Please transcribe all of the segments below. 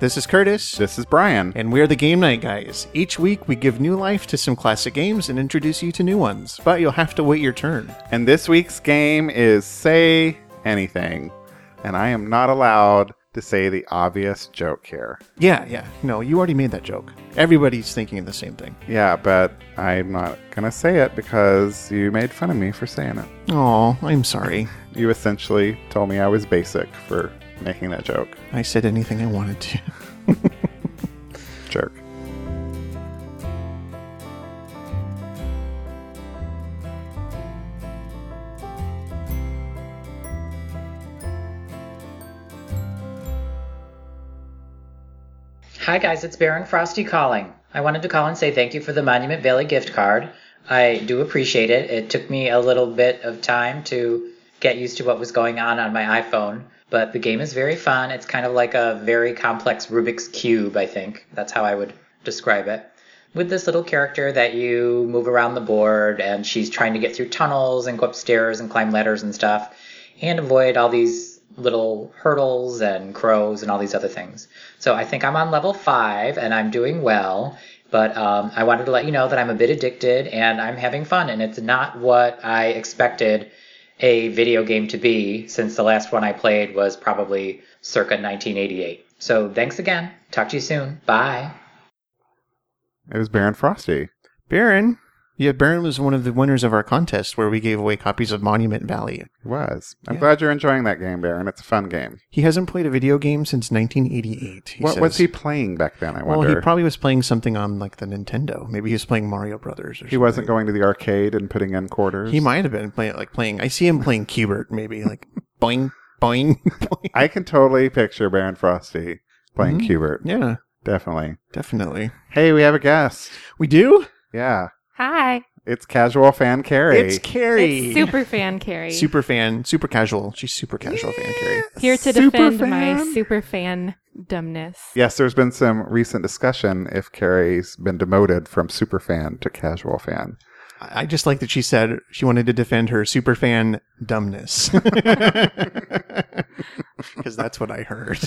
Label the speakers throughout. Speaker 1: This is Curtis.
Speaker 2: This is Brian.
Speaker 1: And we're the Game Night Guys. Each week, we give new life to some classic games and introduce you to new ones, but you'll have to wait your turn.
Speaker 2: And this week's game is Say Anything. And I am not allowed to say the obvious joke here.
Speaker 1: Yeah, yeah. No, you already made that joke. Everybody's thinking of the same thing.
Speaker 2: Yeah, but I'm not going to say it because you made fun of me for saying it.
Speaker 1: Oh, I'm sorry.
Speaker 2: You essentially told me I was basic for making that joke.
Speaker 1: I said anything I wanted to.
Speaker 2: Jerk.
Speaker 3: Hi guys, it's Baron Frosty calling. I wanted to call and say thank you for the Monument Valley gift card. I do appreciate it. It took me a little bit of time to get used to what was going on on my iPhone, but the game is very fun. It's kind of like a very complex Rubik's Cube, I think. That's how I would describe it. With this little character that you move around the board, and she's trying to get through tunnels and go upstairs and climb ladders and stuff, and avoid all these little hurdles and crows and all these other things. So I think I'm on level five and I'm doing well. But um, I wanted to let you know that I'm a bit addicted and I'm having fun, and it's not what I expected a video game to be since the last one I played was probably circa 1988. So thanks again. Talk to you soon. Bye.
Speaker 2: It was Baron Frosty.
Speaker 1: Baron? Yeah, Baron was one of the winners of our contest where we gave away copies of Monument Valley.
Speaker 2: It was. I'm
Speaker 1: Yeah.
Speaker 2: glad you're enjoying that game, Baron. It's a fun game.
Speaker 1: He hasn't played a video game since 1988. He
Speaker 2: what
Speaker 1: says.
Speaker 2: was he playing back then, I
Speaker 1: Well,
Speaker 2: wonder?
Speaker 1: he probably was playing something on like the Nintendo. Maybe he was playing Mario Brothers. Or
Speaker 2: He wasn't going to the arcade and putting in quarters.
Speaker 1: He might have been playing like playing. I see him playing Cubert, maybe like boing boing. boing.
Speaker 2: I can totally picture Baron Frosty playing
Speaker 1: Mm-hmm.
Speaker 2: Cubert.
Speaker 1: Yeah,
Speaker 2: Definitely.
Speaker 1: definitely.
Speaker 2: Hey, we have a guest.
Speaker 1: We do.
Speaker 2: Yeah.
Speaker 4: Hi.
Speaker 2: It's casual fan Carrie.
Speaker 1: It's Carrie,
Speaker 4: It's super fan Carrie.
Speaker 1: super fan, super casual. She's super casual fan Carrie.
Speaker 4: Here to
Speaker 2: Super
Speaker 4: defend my
Speaker 2: fan.
Speaker 4: super fan dumbness.
Speaker 2: Yes, there's been some recent discussion if Carrie's been demoted from superfan to casual fan.
Speaker 1: I I just like that she said she wanted to defend her super fan dumbness because that's what I heard.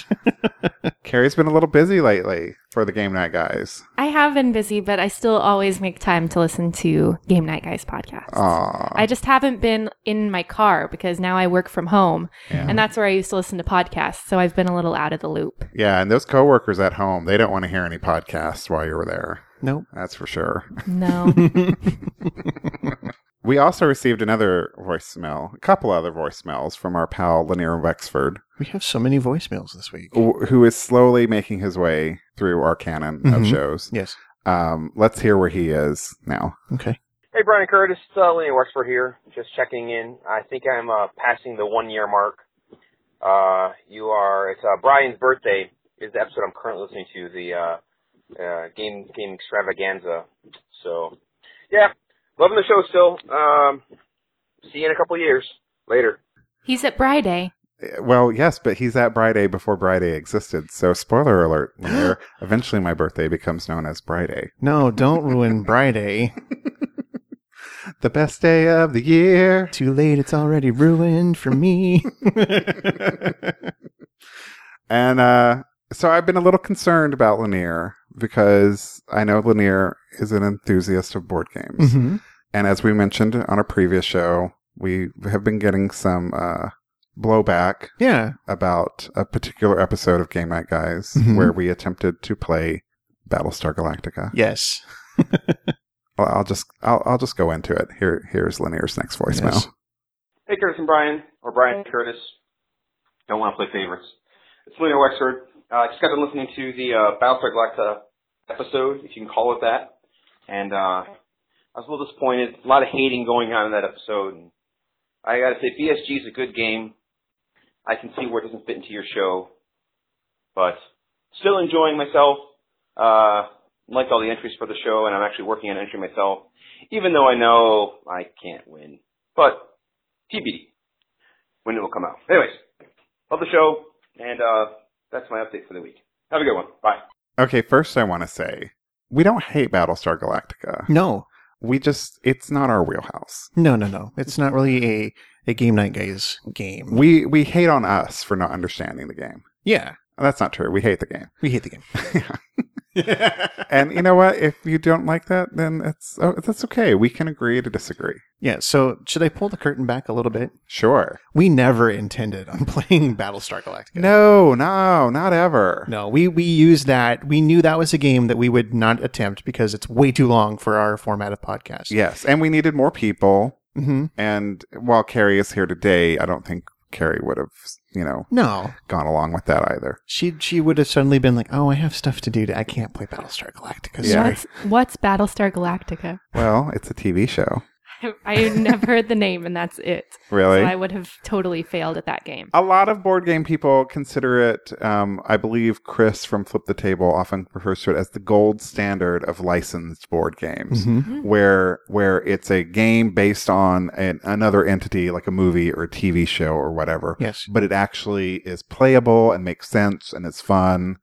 Speaker 2: Carrie's been a little busy lately for the game night guys.
Speaker 4: I have been busy, but I still always make time to listen to Game Night Guys podcast.
Speaker 2: Aw.
Speaker 4: I just haven't been in my car because now I work from home, and that's where I used to listen to podcasts. So I've been a little out of the loop.
Speaker 2: Yeah, and those coworkers at home, they don't want to hear any podcasts while you're there.
Speaker 1: Nope.
Speaker 2: That's for sure.
Speaker 4: No,
Speaker 2: We also received another voicemail, a couple other voicemails from our pal Lanier Wexford,
Speaker 1: We have so many voicemails this week.
Speaker 2: wh- who is slowly making his way through our canon of
Speaker 1: Mhm.
Speaker 2: shows.
Speaker 1: Yes.
Speaker 2: Um, let's hear where he is now.
Speaker 1: Okay.
Speaker 5: Hey, Brian Curtis, it's uh, Lenny Wexford here. Just checking in. I think I'm uh, passing the one year mark. Uh, you are. It's uh, Brian's birthday. Is the episode I'm currently listening to the uh, uh, game game extravaganza. So, yeah, loving the show still. Um, see you in a couple of years. Later.
Speaker 4: he's at Friday.
Speaker 2: Uh, Well, yes, but he's at Briday before Briday existed. So, spoiler alert, Lanier, eventually my birthday becomes known as Briday.
Speaker 1: No, don't ruin Friday.
Speaker 2: The best day of the year.
Speaker 1: Too late. It's already ruined for me.
Speaker 2: and uh, so I've been a little concerned about Lanier because I know Lanier is an enthusiast of board games.
Speaker 1: Mhm.
Speaker 2: And as we mentioned on a previous show, we have been getting some uh, blowback
Speaker 1: Yeah.
Speaker 2: about a particular episode of Game Night Guys
Speaker 1: Mhm.
Speaker 2: where we attempted to play Battlestar Galactica.
Speaker 1: Yes.
Speaker 2: I'll, I'll just I'll, I'll just go into it. Here here's Lanier's next voicemail.
Speaker 1: Yes.
Speaker 5: Hey, Curtis and Brian, or Brian and Curtis. Don't want to play favorites. It's Lena Wexford. I uh, just got done listening to the uh, Battlestar Galactica episode, if you can call it that. And uh, I was a little disappointed. A lot of hating going on in that episode. And I got to say, BSG is a good game. I can see where it doesn't fit into your show, but still enjoying myself. Uh, like all the entries for the show, and I'm actually working on an entry myself, even though I know I can't win. But TBD when it will come out. Anyways, love the show, and uh, that's my update for the week. Have a good one. Bye.
Speaker 2: Okay, first I want to say we don't hate Battlestar Galactica.
Speaker 1: No.
Speaker 2: We just it's not our wheelhouse.
Speaker 1: No, no, no. It's not really a, a game night guys game.
Speaker 2: We we hate on us for not understanding the game.
Speaker 1: Yeah.
Speaker 2: That's not true. We hate the game.
Speaker 1: We hate the game.
Speaker 2: And you know what? If you don't like that, then it's oh, that's okay. We can agree to disagree.
Speaker 1: yeah, so should I pull the curtain back a little bit?
Speaker 2: Sure.
Speaker 1: We never intended on playing Battlestar Galactica.
Speaker 2: No, no, not ever.
Speaker 1: No, we, we used that. We knew that was a game that we would not attempt because it's way too long for our format of podcast.
Speaker 2: Yes, and we needed more people.
Speaker 1: hmm
Speaker 2: And while Carrie is here today, I don't think Carrie would have, you know,
Speaker 1: No,
Speaker 2: gone along with that either.
Speaker 1: she she would have suddenly been like, "Oh, I have stuff to do. To, I can't play Battlestar Galactica."
Speaker 2: Yeah.
Speaker 1: Sorry.
Speaker 4: What's, what's Battlestar Galactica?
Speaker 2: Well, it's a TV show,
Speaker 4: I had never heard the name, and that's it.
Speaker 2: really. Oh.
Speaker 4: So I would have totally failed at that game.
Speaker 2: a lot of board game people consider it. Um, I believe Chris from Flip the Table often refers to it as the gold standard of licensed board games,
Speaker 1: Mhm.
Speaker 2: where where it's a game based on an, another entity, like a movie or a TV show or whatever,
Speaker 1: Yes.
Speaker 2: but it actually is playable and makes sense and it's fun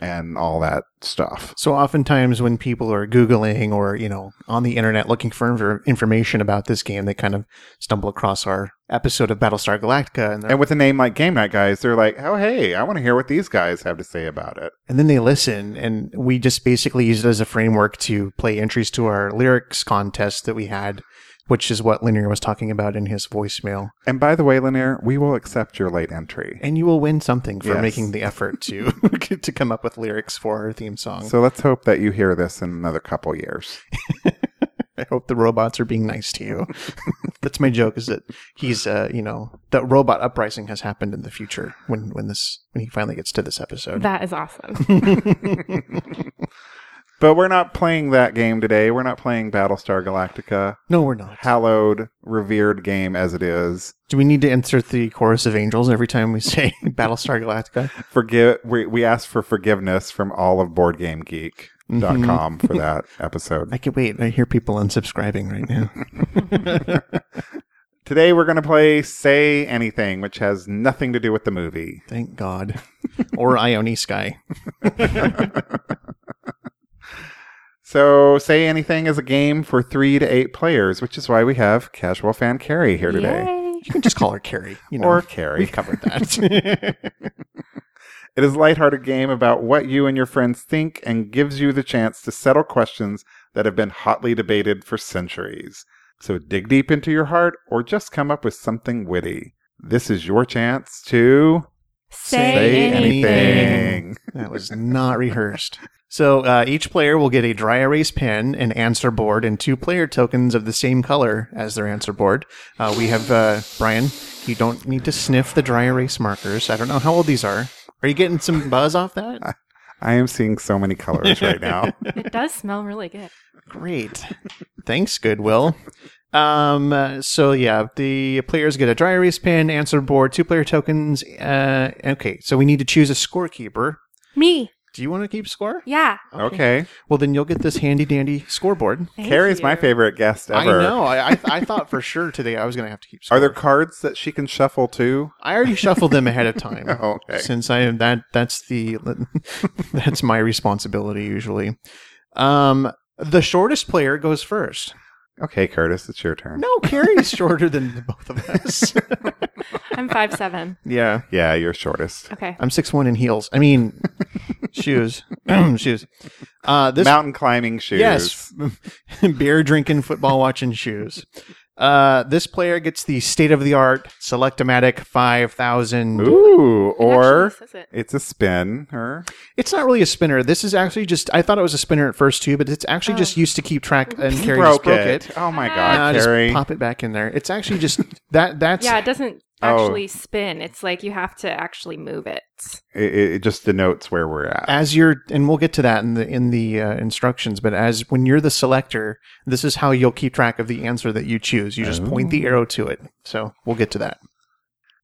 Speaker 2: and all that stuff.
Speaker 1: So oftentimes when people are googling or you know on the internet looking for infor- information about this game, they kind of stumble across our episode of Battlestar Galactica, and, they're-
Speaker 2: And with a name like Game Night Guys, they're like, oh hey, I want to hear what these guys have to say about it.
Speaker 1: and then they listen, and we just basically use it as a framework to play entries to our lyrics contest that we had, which is what Linear was talking about in his voicemail.
Speaker 2: And by the way, Lanier, we will accept your late entry.
Speaker 1: And you will win something for
Speaker 2: Yes.
Speaker 1: making the effort to to come up with lyrics for our theme song.
Speaker 2: So let's hope that you hear this in another couple years.
Speaker 1: I hope the robots are being nice to you. That's my joke. Is that he's, uh, you know, the robot uprising has happened in the future when when this when he finally gets to this episode.
Speaker 4: That is awesome.
Speaker 2: But we're not playing that game today. We're not playing Battlestar Galactica,
Speaker 1: no, we're not.
Speaker 2: hallowed, revered game as it is.
Speaker 1: Do we need to insert the chorus of angels every time we say Battlestar Galactica?
Speaker 2: Forgive we we ask for forgiveness from all of boardgamegeek.com com for that
Speaker 1: I
Speaker 2: episode.
Speaker 1: can wait. I hear people unsubscribing right now.
Speaker 2: Today we're going to play Say Anything, which has nothing to do with the movie.
Speaker 1: Thank God. Or Ione Sky.
Speaker 2: So, Say Anything is a game for 3 to 8 players, which is why we have casual fan Carrie here today.
Speaker 4: Yay.
Speaker 1: You can just call her Carrie. You know,
Speaker 2: or Carrie.
Speaker 1: we covered that.
Speaker 2: It is a lighthearted game about what you and your friends think and gives you the chance to settle questions that have been hotly debated for centuries. So dig deep into your heart or just come up with something witty. This is your chance to
Speaker 4: Say,
Speaker 1: Say
Speaker 4: anything.
Speaker 1: anything. That was not rehearsed. So uh, each player will get a dry erase pen, an answer board, and two player tokens of the same color as their answer board. Uh, we have uh, Brian. You don't need to sniff the dry erase markers. I don't know how old these are. Are you getting some buzz off that?
Speaker 2: I am seeing so many colors right now.
Speaker 4: It does smell really good.
Speaker 1: Great. Thanks, Goodwill. Um, uh, so yeah, the players get a dry erase pen, answer board, two player tokens. Uh, okay, so we need to choose a scorekeeper.
Speaker 4: Me.
Speaker 1: Do you want to keep score?
Speaker 4: Yeah.
Speaker 2: Okay.
Speaker 1: Well, then you'll get this handy dandy scoreboard.
Speaker 4: Thank
Speaker 2: Carrie's
Speaker 4: you.
Speaker 2: my favorite guest ever.
Speaker 1: I know. I, I I thought for sure today I was going to have to keep. Score.
Speaker 2: Are there cards that she can shuffle too?
Speaker 1: I already shuffled them ahead of time.
Speaker 2: Oh, okay.
Speaker 1: Since I am that that's the that's my responsibility usually. Um, the shortest player goes first.
Speaker 2: Okay, Curtis, it's your turn.
Speaker 1: No, Carrie's shorter than the both of us.
Speaker 4: I'm five seven.
Speaker 1: yeah,
Speaker 2: Yeah, you're shortest.
Speaker 4: Okay.
Speaker 1: I'm six one in heels. I mean, shoes, shoes. Uh, this
Speaker 2: Mountain climbing shoes.
Speaker 1: Yes. Beer drinking, football watching shoes. Uh, this player gets the state of the art Selectomatic 5000.
Speaker 2: Ooh, or
Speaker 4: Actually, this is it.
Speaker 2: it's a spin. Or
Speaker 1: It's not really a spinner. This is actually just, I thought it was a spinner at first too, but it's actually just
Speaker 4: Oh.
Speaker 1: used to keep track and carry just broke it.
Speaker 2: Oh my
Speaker 1: Now
Speaker 2: god,
Speaker 1: just
Speaker 2: Carrie.
Speaker 1: pop it back in there. It's actually just that. That's
Speaker 4: Yeah, it doesn't
Speaker 2: Oh.
Speaker 4: actually spin. It's like you have to actually move it.
Speaker 2: it, it- it just denotes where we're at.
Speaker 1: as you're, and we'll get to that in the in the uh, instructions. But as when you're the selector, this is how you'll keep track of the answer that you choose. You just point the arrow to it. So we'll get to that.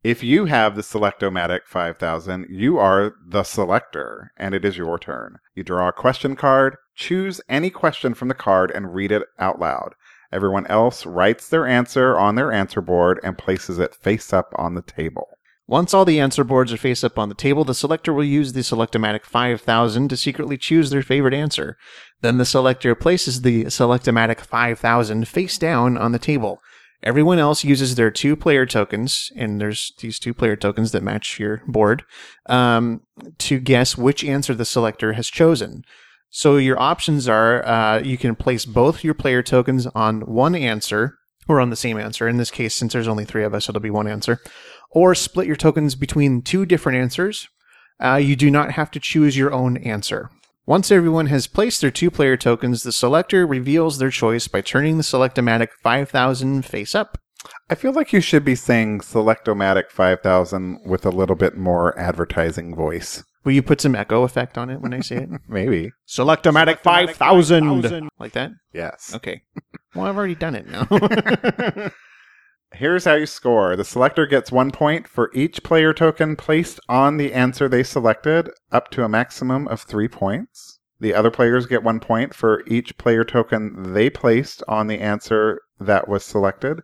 Speaker 2: If you have the Selectomatic 5000, you are the selector, and it is your turn. You draw a question card, choose any question from the card, and read it out loud. Everyone else writes their answer on their answer board and places it face up on the table.
Speaker 1: Once all the answer boards are face up on the table, the selector will use the Selectomatic 5000 to secretly choose their favorite answer. Then the selector places the Selectomatic 5000 face down on the table. Everyone else uses their two player tokens, and there's these two player tokens that match your board, um, to guess which answer the selector has chosen. So your options are uh, you can place both your player tokens on one answer or on the same answer. In this case, since there's only three of us, it'll be one answer. Or split your tokens between two different answers. Uh, you do not have to choose your own answer. Once everyone has placed their two player tokens, the selector reveals their choice by turning the Selectomatic 5000 face up.
Speaker 2: I feel like you should be saying Selectomatic 5000 with a little bit more advertising voice.
Speaker 1: Will you put some echo effect on it when I say it?
Speaker 2: Maybe.
Speaker 1: Selectomatic 5000! Like that?
Speaker 2: Yes.
Speaker 1: Okay. Well, I've already done it now.
Speaker 2: Here's how you score. The selector gets one point for each player token placed on the answer they selected, up to a maximum of three points. The other players get one point for each player token they placed on the answer that was selected.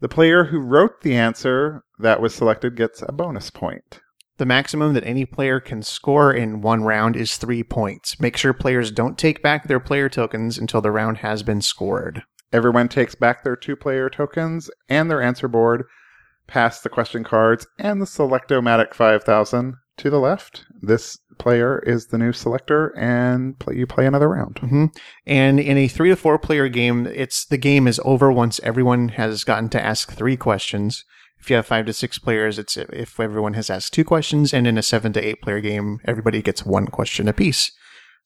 Speaker 2: The player who wrote the answer that was selected gets a bonus point.
Speaker 1: The maximum that any player can score in one round is three points. Make sure players don't take back their player tokens until the round has been scored.
Speaker 2: Everyone takes back their two player tokens and their answer board, pass the question cards and the Selectomatic 5000 to the left. This player is the new selector, and play, you play another round.
Speaker 1: hmm And in a three to four player game, it's the game is over once everyone has gotten to ask three questions. If you have five to six players, it's if everyone has asked two questions. And in a seven to eight player game, everybody gets one question apiece.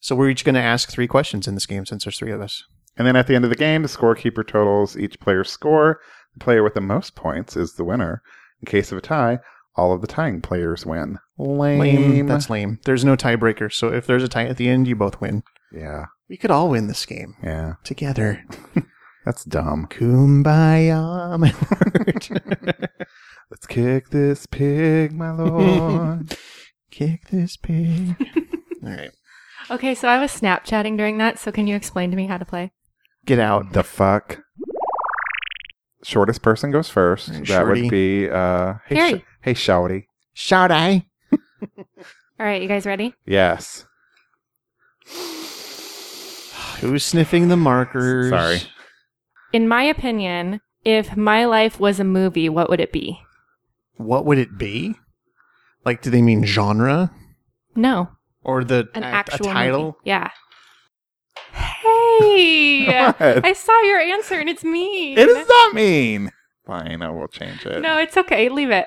Speaker 1: So we're each going to ask three questions in this game since there's three of us.
Speaker 2: And then at the end of the game, the scorekeeper totals each player's score. The player with the most points is the winner. In case of a tie, all of the tying players win. Lame.
Speaker 1: That's lame. There's no tiebreaker. So if there's a tie at the end, you both win.
Speaker 2: yeah,
Speaker 1: We could all win this game
Speaker 2: yeah.
Speaker 1: together.
Speaker 2: That's dumb.
Speaker 1: Kumbaya, my lord.
Speaker 2: Let's kick this pig, my lord.
Speaker 1: Kick this pig. all right.
Speaker 4: Okay, so I was Snapchatting during that, so can you explain to me how to play?
Speaker 1: Get out.
Speaker 2: the fuck? Shortest person goes first.
Speaker 1: Right,
Speaker 2: that
Speaker 1: shorty.
Speaker 2: would be uh hey,
Speaker 4: Harry.
Speaker 2: sh- hey shouty.
Speaker 1: Shout I.
Speaker 4: All right, you guys ready?
Speaker 2: Yes.
Speaker 1: Who's sniffing the markers?
Speaker 2: Sorry.
Speaker 4: In my opinion, if my life was a movie, what would it be?
Speaker 1: What would it be? Like, do they mean genre
Speaker 4: No,
Speaker 1: or the
Speaker 4: an
Speaker 1: a- a
Speaker 4: actual
Speaker 1: title?
Speaker 4: movie. Yeah. Hey,
Speaker 2: What?
Speaker 4: I saw your answer, and it's me.
Speaker 2: It is not mean. Fine, I will change it.
Speaker 4: No, it's okay. Leave it.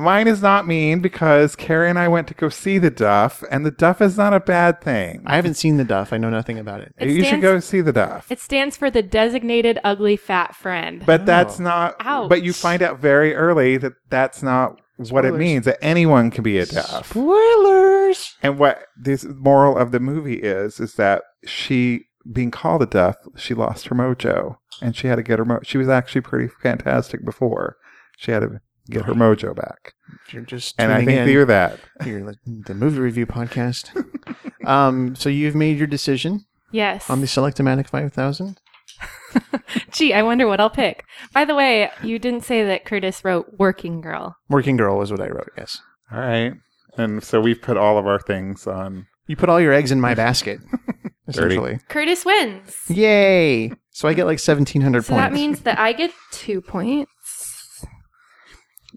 Speaker 2: Mine is not mean because Carrie and I went to go see the Duff, and the Duff is not a bad thing.
Speaker 1: I haven't seen the Duff. I know nothing about it.
Speaker 4: It
Speaker 2: you should
Speaker 4: stands-
Speaker 2: go see the Duff.
Speaker 4: It stands for the designated ugly fat friend.
Speaker 1: Oh.
Speaker 2: But that's not.
Speaker 4: Ouch.
Speaker 2: But you find out very early that that's not what it
Speaker 1: Spoilers.
Speaker 2: means. That anyone can be a Duff.
Speaker 1: Spoilers.
Speaker 2: And what this moral of the movie is is that she, being called a Duff, she lost her mojo, and she had to get her. Mo- she was actually pretty fantastic before. She had to get her mojo back.
Speaker 1: You're just
Speaker 2: And I
Speaker 1: tuning
Speaker 2: think
Speaker 1: in.
Speaker 2: fear that.
Speaker 1: You're li- the movie review podcast. um, so you've made your decision
Speaker 4: yes.
Speaker 1: on the Selectomatic 5000.
Speaker 4: Gee, I wonder what I'll pick. By the way, you didn't say that Curtis wrote "Working Girl."
Speaker 1: Working Girl was what I wrote. Yes.
Speaker 2: All right. And so we've put all of our things on.
Speaker 1: You put all your eggs in my basket, essentially.
Speaker 4: Curtis wins.
Speaker 1: Yay! So I get like 1700
Speaker 4: So
Speaker 1: points.
Speaker 4: that means that I get two points.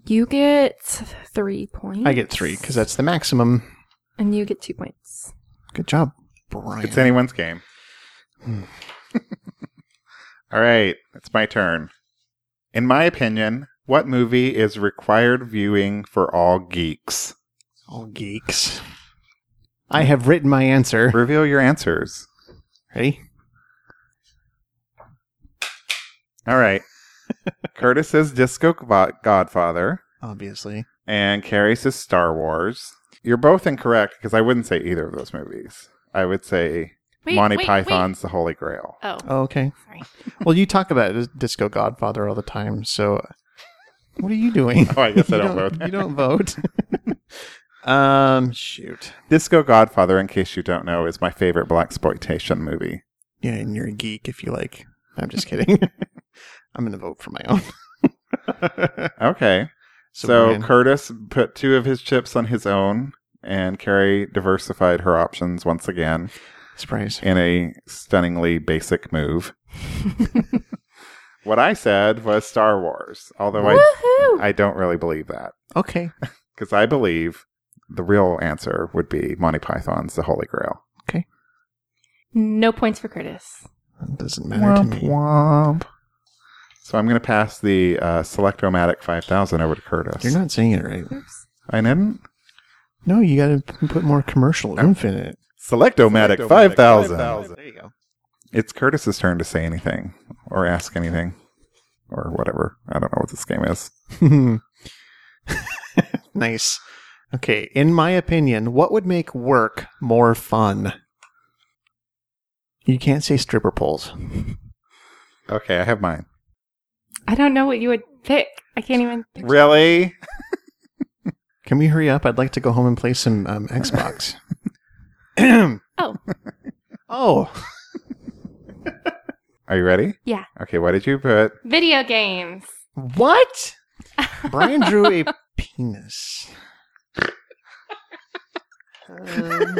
Speaker 4: You get three points.
Speaker 1: I get three because that's the maximum.
Speaker 4: and you get two points.
Speaker 1: Good job, Brian.
Speaker 2: It's anyone's game. All right, it's my turn. In my opinion, what movie is required viewing for all geeks?
Speaker 1: All geeks. I have written my answer.
Speaker 2: Reveal your answers.
Speaker 1: Ready?
Speaker 2: All right. Curtis says Disco Gvo- Godfather,
Speaker 1: Obviously.
Speaker 2: and Carrie says Star Wars. You're both incorrect because I wouldn't say either of those movies. I would say Monty Python's The Holy Grail.
Speaker 4: Oh,
Speaker 1: Oh, okay.
Speaker 4: sorry.
Speaker 1: Well, you talk about it, Disco Godfather all the time, so what are you doing?
Speaker 2: Oh, I guess I
Speaker 1: You
Speaker 2: don't vote.
Speaker 1: You don't vote. um, shoot.
Speaker 2: Disco Godfather, in case you don't know, is my favorite black exploitation movie.
Speaker 1: Yeah, and you're a geek if you like. I'm just kidding. I'm gonna vote for my own.
Speaker 2: Okay.
Speaker 1: So
Speaker 2: So,
Speaker 1: Brian-
Speaker 2: Curtis put two of his chips on his own, and Carrie diversified her options once again.
Speaker 1: Surprise.
Speaker 2: in a stunningly basic move. what I said was Star Wars, although I,
Speaker 4: Woohoo!
Speaker 2: I don't really believe that
Speaker 1: Okay.
Speaker 2: because I believe the real answer would be Monty Python's The Holy Grail.
Speaker 4: no points for Curtis.
Speaker 1: That doesn't matter to
Speaker 2: Womp
Speaker 1: me.
Speaker 2: womp. So I'm going to pass the uh, Selectomatic 5000 over to Curtis.
Speaker 1: You're not saying it right.
Speaker 4: Oops.
Speaker 2: I didn't.
Speaker 1: No, you got to put more commercial oomph in it.
Speaker 2: Selectomatic, 5000.
Speaker 1: There you go.
Speaker 2: It's Curtis's turn to say anything or ask anything or whatever. I don't know what this game is.
Speaker 1: nice. Okay, in my opinion, what would make work more fun? You can't say stripper poles.
Speaker 2: Okay, I have mine.
Speaker 4: I don't know what you would pick. I can't even. Pick.
Speaker 2: Really?
Speaker 1: Can we hurry up? I'd like to go home and play some um, Xbox.
Speaker 4: Oh.
Speaker 1: Oh,
Speaker 2: Are you ready?
Speaker 4: Yeah.
Speaker 2: Okay, what did you put?
Speaker 4: Video games.
Speaker 1: what? Brian drew a penis. Um,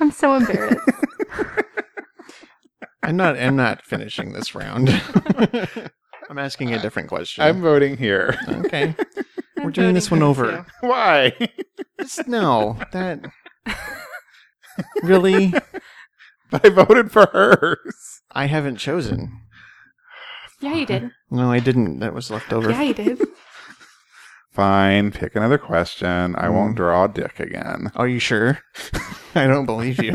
Speaker 4: I'm so embarrassed.
Speaker 1: I'm not. I'm not finishing this round. I'm asking a different question.
Speaker 2: I'm voting here.
Speaker 1: okay.
Speaker 4: I'm
Speaker 1: We're doing this
Speaker 4: voting
Speaker 1: one
Speaker 4: for
Speaker 1: over.
Speaker 4: two.
Speaker 2: Why?
Speaker 1: Just- no, that really.
Speaker 2: I voted for hers.
Speaker 1: I haven't chosen.
Speaker 4: Yeah, you did.
Speaker 1: No, I didn't. That was left over.
Speaker 4: Yeah, you did.
Speaker 2: Fine, pick another question. I won't draw a dick again.
Speaker 1: Are you sure? I don't believe you.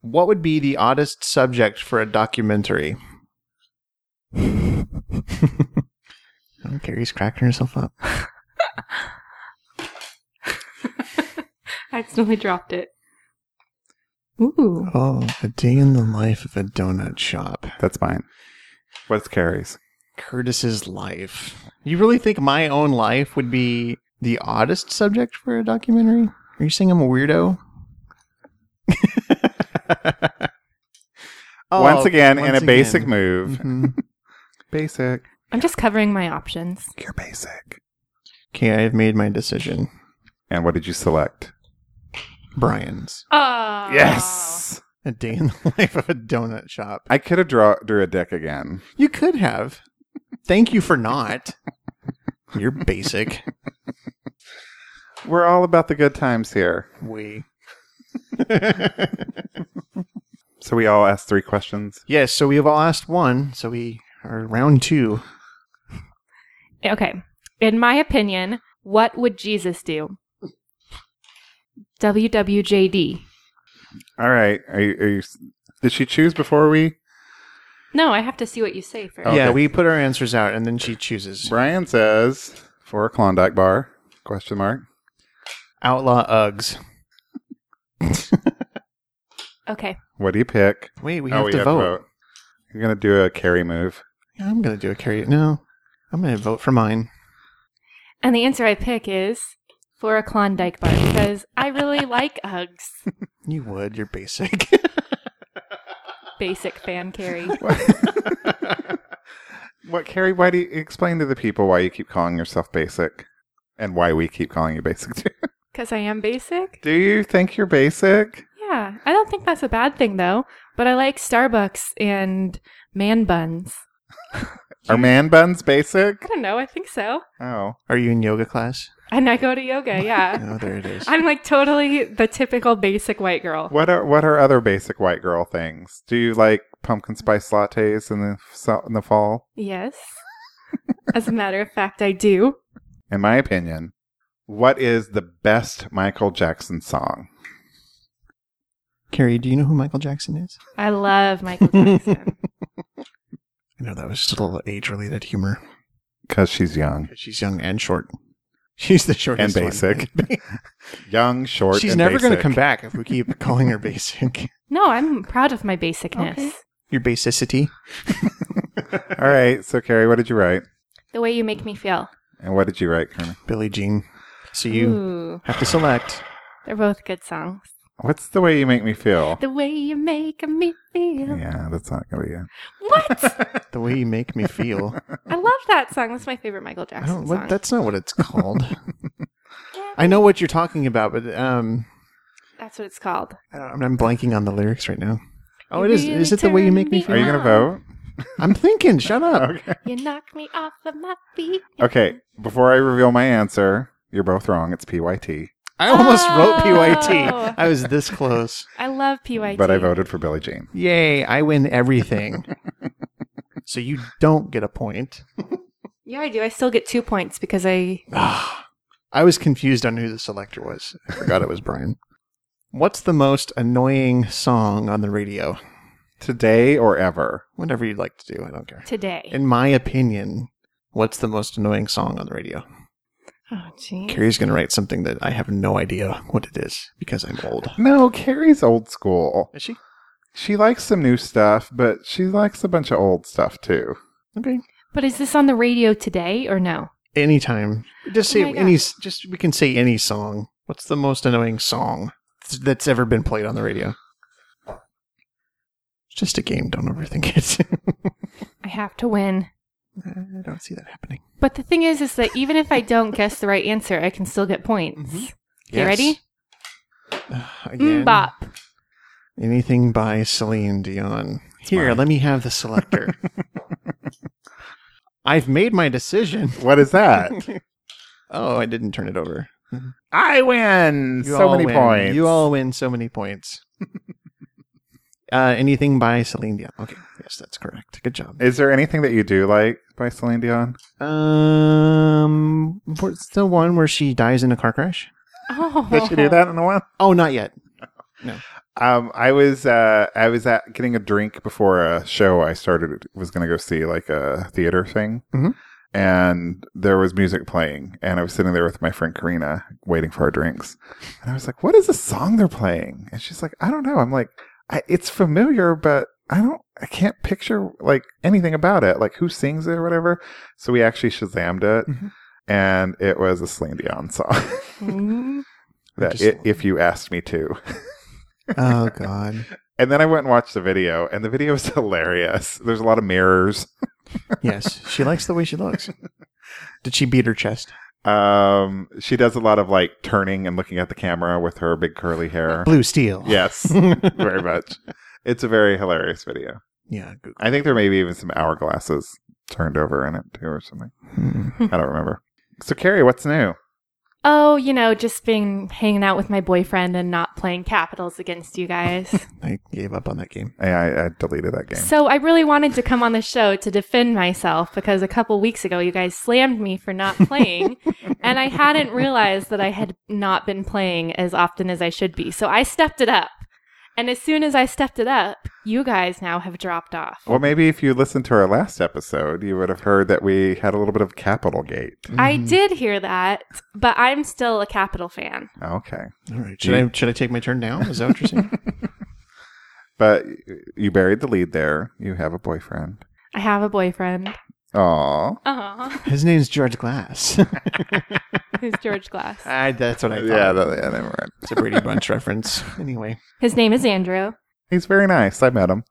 Speaker 1: what would be the oddest subject for a documentary? oh, Gary's cracking herself up.
Speaker 4: I accidentally dropped it. Ooh.
Speaker 1: Oh, a day in the life of a donut shop.
Speaker 2: That's mine. What's Carrie's?
Speaker 1: Curtis's life. You really think my own life would be the oddest subject for a documentary? Are you saying I'm a weirdo? Oh,
Speaker 2: once again, in
Speaker 1: once
Speaker 2: a basic
Speaker 1: again.
Speaker 2: move.
Speaker 1: Mhm.
Speaker 2: Basic.
Speaker 4: I'm just covering my options.
Speaker 2: You're basic.
Speaker 1: Okay, I have made my decision.
Speaker 2: And what did you select?
Speaker 1: Brian's.
Speaker 4: Oh.
Speaker 2: Yes.
Speaker 1: A day in the life of a donut shop.
Speaker 2: I could have draw drew a dick again.
Speaker 1: You could have. Thank you for not. You're basic.
Speaker 2: We're all about the good times here.
Speaker 1: we.
Speaker 2: So we all asked three questions.
Speaker 1: Yes, so we have all asked one, so we are round two.
Speaker 4: Okay. In my opinion, what would Jesus do? WWJD.
Speaker 2: All right. Are you, are you, did she choose before we?
Speaker 4: No, I have to see what you say first.
Speaker 2: Okay.
Speaker 1: Yeah, we put our answers out and then she chooses.
Speaker 2: Brian says for a Klondike bar? Question mark.
Speaker 1: Outlaw Uggs.
Speaker 4: Okay.
Speaker 2: What do you pick?
Speaker 1: Wait, Oh, we have, to, vote.
Speaker 2: I'm gonna do a carry move.
Speaker 1: Yeah, I'm going to do a carry. No, I'm going to vote for mine.
Speaker 4: And the answer I pick is for a Klondike bar because I really like Uggs.
Speaker 1: You would. You're basic.
Speaker 4: Basic fan carry.
Speaker 2: What Carrie? Why do you explain to the people why you keep calling yourself basic, and why we keep calling you basic too?
Speaker 4: Because I am basic?
Speaker 2: do you think you're basic?
Speaker 4: Yeah. I don't think that's a bad thing though, but I like Starbucks and man buns.
Speaker 2: Are man buns basic?
Speaker 4: I don't know. I think so.
Speaker 2: Oh,
Speaker 1: Are you in yoga class?
Speaker 4: And I go to yoga. Yeah.
Speaker 1: Oh, there it is.
Speaker 4: I'm like totally the typical basic white girl.
Speaker 2: what are what are other basic white girl things? Do you like pumpkin spice lattes in the so- in the fall?
Speaker 4: Yes. As a matter of fact, I do.
Speaker 2: In my opinion, what is the best Michael Jackson song?
Speaker 1: Carrie, do you know who Michael Jackson is?
Speaker 4: I love Michael Jackson.
Speaker 1: I know that was just a little age related humor.
Speaker 2: Because she's young
Speaker 1: She's young and short. She's the
Speaker 2: and
Speaker 1: shortest. one.
Speaker 2: basic. young, short.
Speaker 1: She's
Speaker 2: and
Speaker 1: never going to
Speaker 2: basic.
Speaker 1: come back if we keep calling her basic.
Speaker 4: no, I'm proud of my basicness.
Speaker 1: Your basicity.
Speaker 2: All right. So, Carrie, what did you write?
Speaker 4: The way you make me feel.
Speaker 2: And what did you write, Kermit?
Speaker 1: Billie Jean. So you
Speaker 4: Ooh,
Speaker 1: have to select.
Speaker 4: they're both good songs.
Speaker 2: What's the way you make me feel?
Speaker 4: The way you make me feel.
Speaker 2: Yeah, that's not going to be it.
Speaker 4: What?
Speaker 1: The way you make me feel.
Speaker 4: I love that song. That's my favorite Michael
Speaker 1: I
Speaker 4: Jackson
Speaker 1: don't, what,
Speaker 4: song.
Speaker 1: that's not what it's called. I know what you're talking about, but um,
Speaker 4: That's what it's called.
Speaker 1: I don't, I'm blanking on the lyrics right now. Oh, it is.
Speaker 4: You
Speaker 1: Is it the way you
Speaker 4: turn
Speaker 1: make me
Speaker 4: me
Speaker 1: feel?
Speaker 2: Are you going to vote?
Speaker 1: I'm thinking. Shut up.
Speaker 2: Okay.
Speaker 4: You knock me off of my feet.
Speaker 2: Okay. Before I reveal my answer, you're both wrong. It's PYT.
Speaker 1: I almost wrote
Speaker 4: Oh.
Speaker 1: PYT. I was this close.
Speaker 4: I love PYT.
Speaker 2: But I voted for Billie Jean.
Speaker 1: Yay, I win everything. so you don't get a point.
Speaker 4: Yeah, I do. I still get two points because I.
Speaker 1: Ah, I was confused on who the selector was. I forgot it was Brian. What's the most annoying song on the radio?
Speaker 2: Today or ever?
Speaker 1: Whatever you'd like to do, I don't care.
Speaker 4: Today.
Speaker 1: In my opinion, what's the most annoying song on the radio?
Speaker 4: oh, gee.
Speaker 1: Carrie's going to write something that I have no idea what it is because I'm old.
Speaker 2: No, Carrie's old school.
Speaker 1: Is she?
Speaker 2: She likes some new stuff, but she likes a bunch of old stuff too.
Speaker 1: Okay.
Speaker 4: But is this on the radio today or no?
Speaker 1: Anytime. Just
Speaker 4: Oh
Speaker 1: say
Speaker 4: my God.
Speaker 1: any, just, we can say any song. What's the most annoying song that's ever been played on the radio? It's just a game. Don't overthink it.
Speaker 4: I have to win.
Speaker 1: I don't see that happening.
Speaker 4: But the thing is, is that even if I don't guess the right answer, I can still get points. Mm,
Speaker 1: Mhm.
Speaker 4: You ready?
Speaker 1: Uh, again,
Speaker 4: Mbop.
Speaker 1: anything by Celine Dion. Here,
Speaker 2: mine.
Speaker 1: let me have the selector. I've made my decision.
Speaker 2: What is that?
Speaker 1: Oh, I didn't turn it over.
Speaker 2: I win.
Speaker 1: You
Speaker 2: so
Speaker 1: all
Speaker 2: many
Speaker 1: win.
Speaker 2: points.
Speaker 1: You all win so many points. uh, anything by Celine Dion. Okay, yes, that's correct. Good job.
Speaker 2: Is there anything that you do like by Celine Dion?
Speaker 1: Um, what's the one where she dies in a car crash?
Speaker 4: Oh.
Speaker 2: Did she do that in the one?
Speaker 1: Oh, not yet.
Speaker 2: Um, I was uh, I was at getting a drink before a show I started was going to go see like a theater thing,
Speaker 1: Mhm.
Speaker 2: and there was music playing, and I was sitting there with my friend Karina waiting for our drinks, and I was like, "What is this song they're playing?" And she's like, "I don't know." I'm like, I, "It's familiar, but I don't, I can't picture like anything about it, like who sings it or whatever." So we actually shazammed it,
Speaker 1: Mhm.
Speaker 2: and it was a Celine Dion song
Speaker 4: Mm.
Speaker 2: that
Speaker 1: just-
Speaker 2: i if you asked me to.
Speaker 1: Oh God.
Speaker 2: And then I went and watched the video, and the video is hilarious. There's a lot of mirrors.
Speaker 1: Yes, she likes the way she looks. Did she beat her chest?
Speaker 2: Um, she does a lot of like turning and looking at the camera with her big curly hair.
Speaker 1: Blue steel.
Speaker 2: Yes,
Speaker 1: yeah.
Speaker 2: very much. It's a very hilarious video.
Speaker 1: Google.
Speaker 2: I think there may be even some hourglasses turned over in it too, or something.
Speaker 1: Hmm.
Speaker 2: I don't remember. So, Carrie, what's new?
Speaker 4: Oh, you know, just being hanging out with my boyfriend and not playing capitals against you guys.
Speaker 1: I gave up on that game.
Speaker 2: I, I, I deleted that game.
Speaker 4: so I really wanted to come on the show to defend myself because a couple weeks ago you guys slammed me for not playing, and I hadn't realized that I had not been playing as often as I should be. So I stepped it up. And as soon as I stepped it up, you guys now have dropped off.
Speaker 1: Oh,
Speaker 2: Well, maybe if you listened to our last episode, you would have heard that we had a little bit of Capital Gate.
Speaker 4: I
Speaker 1: mm-hmm.
Speaker 4: did hear that, but I'm still a Capital fan.
Speaker 2: Okay,
Speaker 1: All right. Should I should I take my turn now? Is that what you're saying?
Speaker 2: but you buried the lead there. You have a boyfriend.
Speaker 4: I have a boyfriend.
Speaker 2: Aw.
Speaker 4: Aw,
Speaker 1: His name's George Glass.
Speaker 4: who's George Glass?
Speaker 1: I, that's what I thought.
Speaker 2: Yeah, that, yeah, never mind.
Speaker 1: it's a Brady Bunch reference. Anyway,
Speaker 4: His name is Andrew.
Speaker 2: He's very nice. I met him.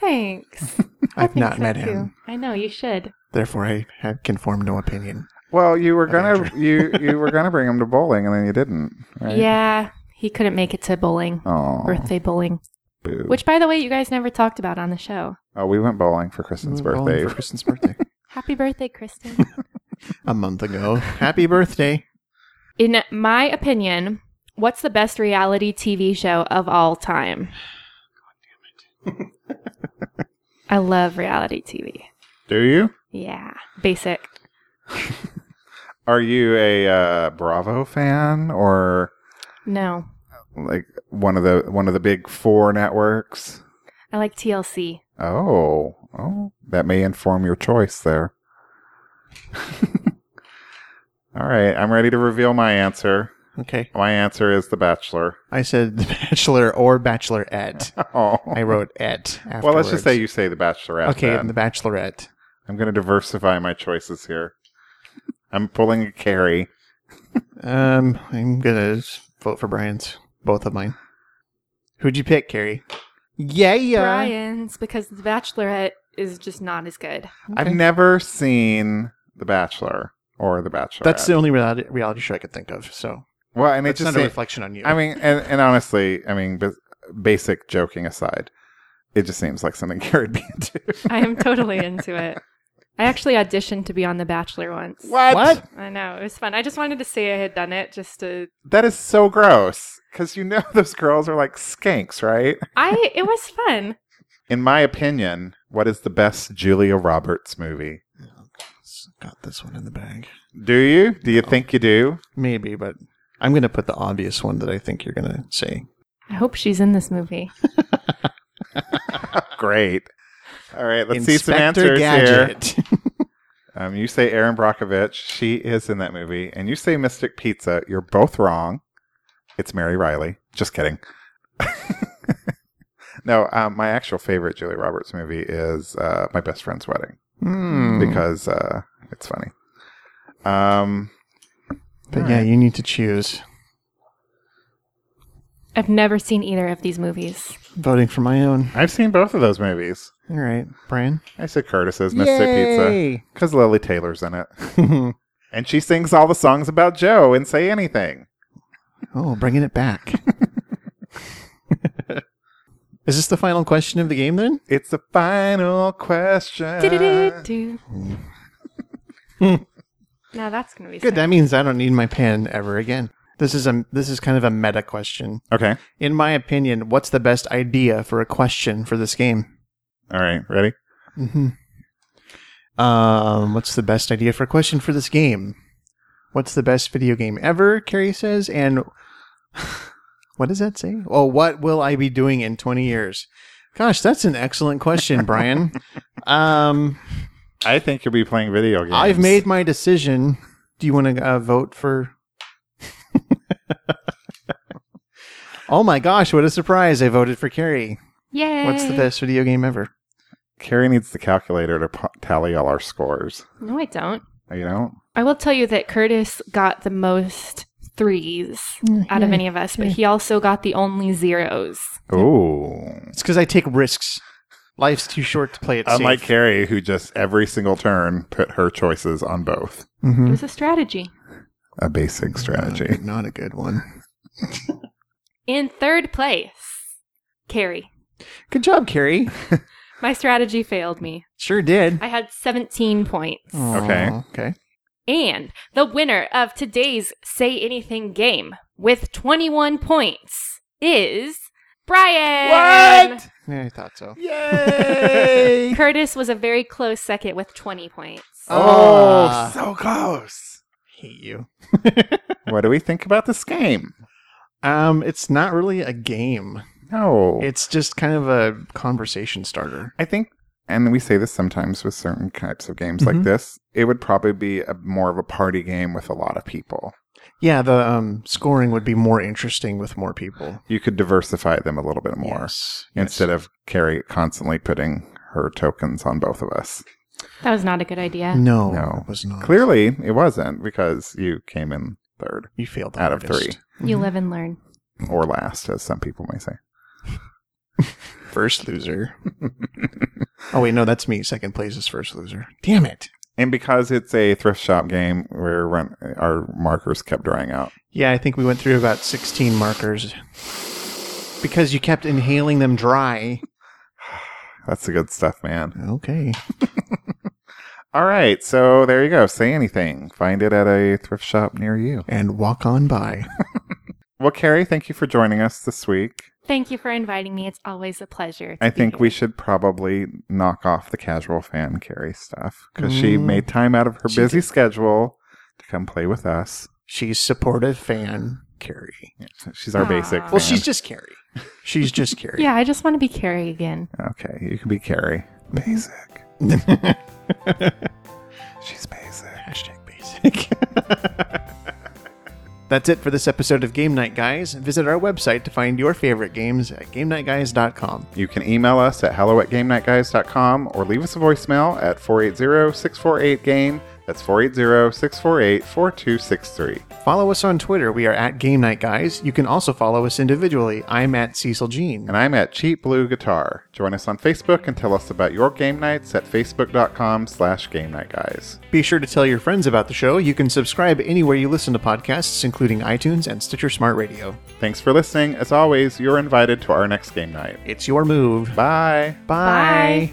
Speaker 4: Thanks. I
Speaker 1: I've
Speaker 4: think
Speaker 1: not
Speaker 4: so,
Speaker 1: met
Speaker 4: too.
Speaker 1: him,
Speaker 4: I know you should.
Speaker 1: therefore I have, can form no opinion.
Speaker 2: Well, you were gonna
Speaker 1: Avenger.
Speaker 2: you you were gonna bring him to bowling, and then you didn't. Right?
Speaker 4: Yeah, he couldn't make it to bowling,
Speaker 2: Oh,
Speaker 4: birthday bowling,
Speaker 2: boo.
Speaker 4: which by the way, you guys never talked about on the show.
Speaker 2: oh, we went bowling for Kristen's
Speaker 1: We're going
Speaker 2: birthday.
Speaker 1: for Kristen's birthday
Speaker 4: Happy birthday, Kristen.
Speaker 1: a month ago. Happy birthday!
Speaker 4: In my opinion, what's the best reality TV show of all time? I love reality TV.
Speaker 2: Do you?
Speaker 4: Yeah, basic.
Speaker 2: Are you a uh, Bravo fan or
Speaker 4: No,
Speaker 2: like one of the one of the big four networks?
Speaker 4: I like TLC.
Speaker 2: Oh, oh, that may inform your choice there. All right, I'm ready to reveal my answer.
Speaker 1: Okay,
Speaker 2: My answer is The Bachelor.
Speaker 1: I said the Bachelor or Bachelorette.
Speaker 2: Oh.
Speaker 1: I wrote "et." Afterwards.
Speaker 2: Well, let's just say you say the Bachelorette.
Speaker 1: Okay,
Speaker 2: then.
Speaker 1: and the Bachelorette.
Speaker 2: I'm going to diversify my choices here. I'm pulling a carry.
Speaker 1: Um, I'm gonna s- vote for Brian's. Both of mine. Who'd you pick, Carrie? Yeah, yeah.
Speaker 4: Brian's because The Bachelorette is just not as good.
Speaker 2: I've never seen The Bachelor or The Bachelor.
Speaker 1: That's the only reality, reality show I could think of. So
Speaker 2: Well, and it
Speaker 1: It's
Speaker 2: just
Speaker 1: not a
Speaker 2: seem-
Speaker 1: reflection on you.
Speaker 2: I mean, and, and honestly, I mean, bas- basic joking aside, it just seems like something Gary would be into.
Speaker 4: I am totally into it. I actually auditioned to be on The Bachelor once.
Speaker 1: What?
Speaker 4: I know. It was fun. I just wanted to say I had done it just to
Speaker 2: That is so gross. Because you know those girls are like skanks, right?
Speaker 4: I it was fun.
Speaker 2: In my opinion, what is the best Julia Roberts movie?
Speaker 1: got this one in the bag.
Speaker 2: Do you? Do
Speaker 1: Oh.
Speaker 2: you think you do?
Speaker 1: Maybe, but I'm going to put the obvious one that I think you're going to say.
Speaker 4: I hope she's in this movie.
Speaker 2: Great. All right, let's see some answers here. Um, you say Erin Brockovich. She is in that movie. And you say Mystic Pizza. You're both wrong. It's Mary Riley. Just kidding. no, um, my actual favorite Julia Roberts movie is uh, My Best Friend's Wedding
Speaker 1: Hmm.
Speaker 2: because uh, it's funny. Um,
Speaker 1: But yeah, you need to choose.
Speaker 4: I've never seen either of these movies.
Speaker 1: Voting for my own.
Speaker 2: I've seen both of those movies.
Speaker 1: All right, Brian.
Speaker 2: I said Curtis's Mystic Pizza
Speaker 1: Yay.
Speaker 2: because Lily Taylor's in it. and she sings all the songs about Joe and say anything.
Speaker 1: Oh, bringing it back. Is this the final question of the game then?
Speaker 2: It's the final
Speaker 1: Uh,
Speaker 2: question.
Speaker 4: Do-do-do-do. now that's gonna be
Speaker 1: Good.
Speaker 4: sick.
Speaker 1: That means I don't need my pen ever again. This is a this is kind of a meta question.
Speaker 2: Okay.
Speaker 1: In my opinion, what's the best idea for a question for this game?
Speaker 2: All right. Ready?
Speaker 1: hmm Um, what's the best idea for a question for this game? What's the best video game ever? Carrie says, and what does that say? Oh, what will I be doing in twenty years? Gosh, that's an excellent question, Brian. um,
Speaker 2: I think you'll be playing video games.
Speaker 1: I've made my decision. Do you want to uh, vote for? oh my gosh, what a surprise! I voted for Carrie.
Speaker 4: Yay.
Speaker 1: What's the best video game ever?
Speaker 2: Carrie needs the calculator to p- tally all our scores.
Speaker 4: No, I don't.
Speaker 2: You know?
Speaker 4: I will tell you that Curtis got the most threes out of any of us, but he also got the only zeros.
Speaker 2: Ooh.
Speaker 1: It's because I take risks. Life's too short to play it
Speaker 2: Unlike
Speaker 1: safe.
Speaker 2: Carrie, who just every single turn put her choices on both.
Speaker 4: It
Speaker 1: Mhm.
Speaker 4: was a strategy.
Speaker 2: A basic strategy.
Speaker 1: Not a good one.
Speaker 4: In third place, Carrie.
Speaker 1: Good job, Carrie.
Speaker 4: My strategy failed me.
Speaker 1: Sure did.
Speaker 4: I had 17 points.
Speaker 2: Okay.
Speaker 1: Aw, Okay.
Speaker 4: And the winner of today's Say Anything game with 21 points is Brian.
Speaker 2: What?
Speaker 1: Yeah, I thought so.
Speaker 2: Yay!
Speaker 4: Curtis was a very close second with 20 points.
Speaker 2: oh,
Speaker 1: Ah.
Speaker 2: so close.
Speaker 1: Hate you.
Speaker 2: what do we think about this game?
Speaker 1: Um, it's not really a game.
Speaker 2: No.
Speaker 1: It's just kind of a conversation starter.
Speaker 2: I think, and we say this sometimes with certain types of games
Speaker 1: Mhm.
Speaker 2: like this, it would probably be a, more of a party game with a lot of people.
Speaker 1: Yeah, the um, scoring would be more interesting with more people.
Speaker 2: You could diversify them a little bit more
Speaker 1: Yes,
Speaker 2: instead
Speaker 1: yes.
Speaker 2: of Carrie constantly putting her tokens on both of us.
Speaker 4: That was not a good idea.
Speaker 1: no,
Speaker 2: No.
Speaker 1: it was not
Speaker 2: Clearly, it wasn't because you came in third
Speaker 1: You failed the
Speaker 2: out of
Speaker 1: hardest.
Speaker 4: You
Speaker 2: Mm-hmm.
Speaker 4: live and learn.
Speaker 2: or last, as some people may say.
Speaker 1: First loser. oh wait, no, that's me. Second place is first loser. Damn it.
Speaker 2: And because it's a thrift shop game, where run- our markers kept drying out.
Speaker 1: Yeah, I think we went through about 16 markers because you kept inhaling them dry.
Speaker 2: That's the good stuff, man.
Speaker 1: Okay.
Speaker 2: All right, so there you go. Say anything. Find it at a thrift shop near you.
Speaker 1: And walk on by.
Speaker 2: Well, Carrie, thank you for joining us this week.
Speaker 4: Thank you for inviting me. It's always a pleasure. to
Speaker 2: I
Speaker 4: be
Speaker 2: think
Speaker 4: here.
Speaker 2: we should probably knock off the casual fan Carrie stuff because she
Speaker 1: Mm.
Speaker 2: made time out of her
Speaker 1: She
Speaker 2: busy schedule to come play with us.
Speaker 1: She's supportive fan Carrie.
Speaker 2: She's our
Speaker 4: Aw.
Speaker 2: basic.
Speaker 1: Ah. Well,
Speaker 2: fan.
Speaker 1: she's just Carrie. She's just Carrie.
Speaker 4: Yeah, I just want to be Carrie again.
Speaker 2: okay. You can be Carrie. Basic. She's basic.
Speaker 1: Hashtag basic. That's it for this episode of Game Night Guys. Visit our website to find your favorite games at GameNightGuys.com.
Speaker 2: You can email us at hello at GameNightGuys.com or leave us a voicemail at 480 648 Game. That's 480 648 4263.
Speaker 1: Follow us on Twitter. We are at Game Night Guys. You can also follow us individually. I'm at Cecil Jean.
Speaker 2: And I'm at Cheap Blue Guitar. Join us on Facebook and tell us about your game nights at facebook.com slash game night guys.
Speaker 1: Be sure to tell your friends about the show. You can subscribe anywhere you listen to podcasts, including iTunes and Stitcher Smart Radio.
Speaker 2: Thanks for listening. As always, you're invited to our next game night.
Speaker 1: It's your move.
Speaker 2: Bye.
Speaker 1: Bye.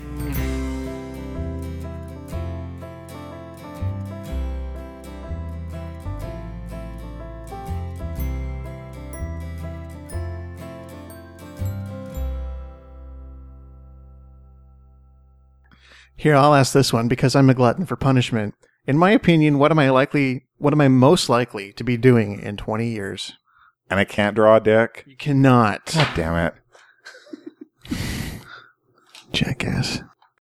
Speaker 1: Here, I'll ask this one because I'm a glutton for punishment. In my opinion, what am I likely, what am I most likely to be doing in 20 years?
Speaker 2: And I can't draw a dick.
Speaker 1: You cannot.
Speaker 2: God damn it.
Speaker 1: Jackass.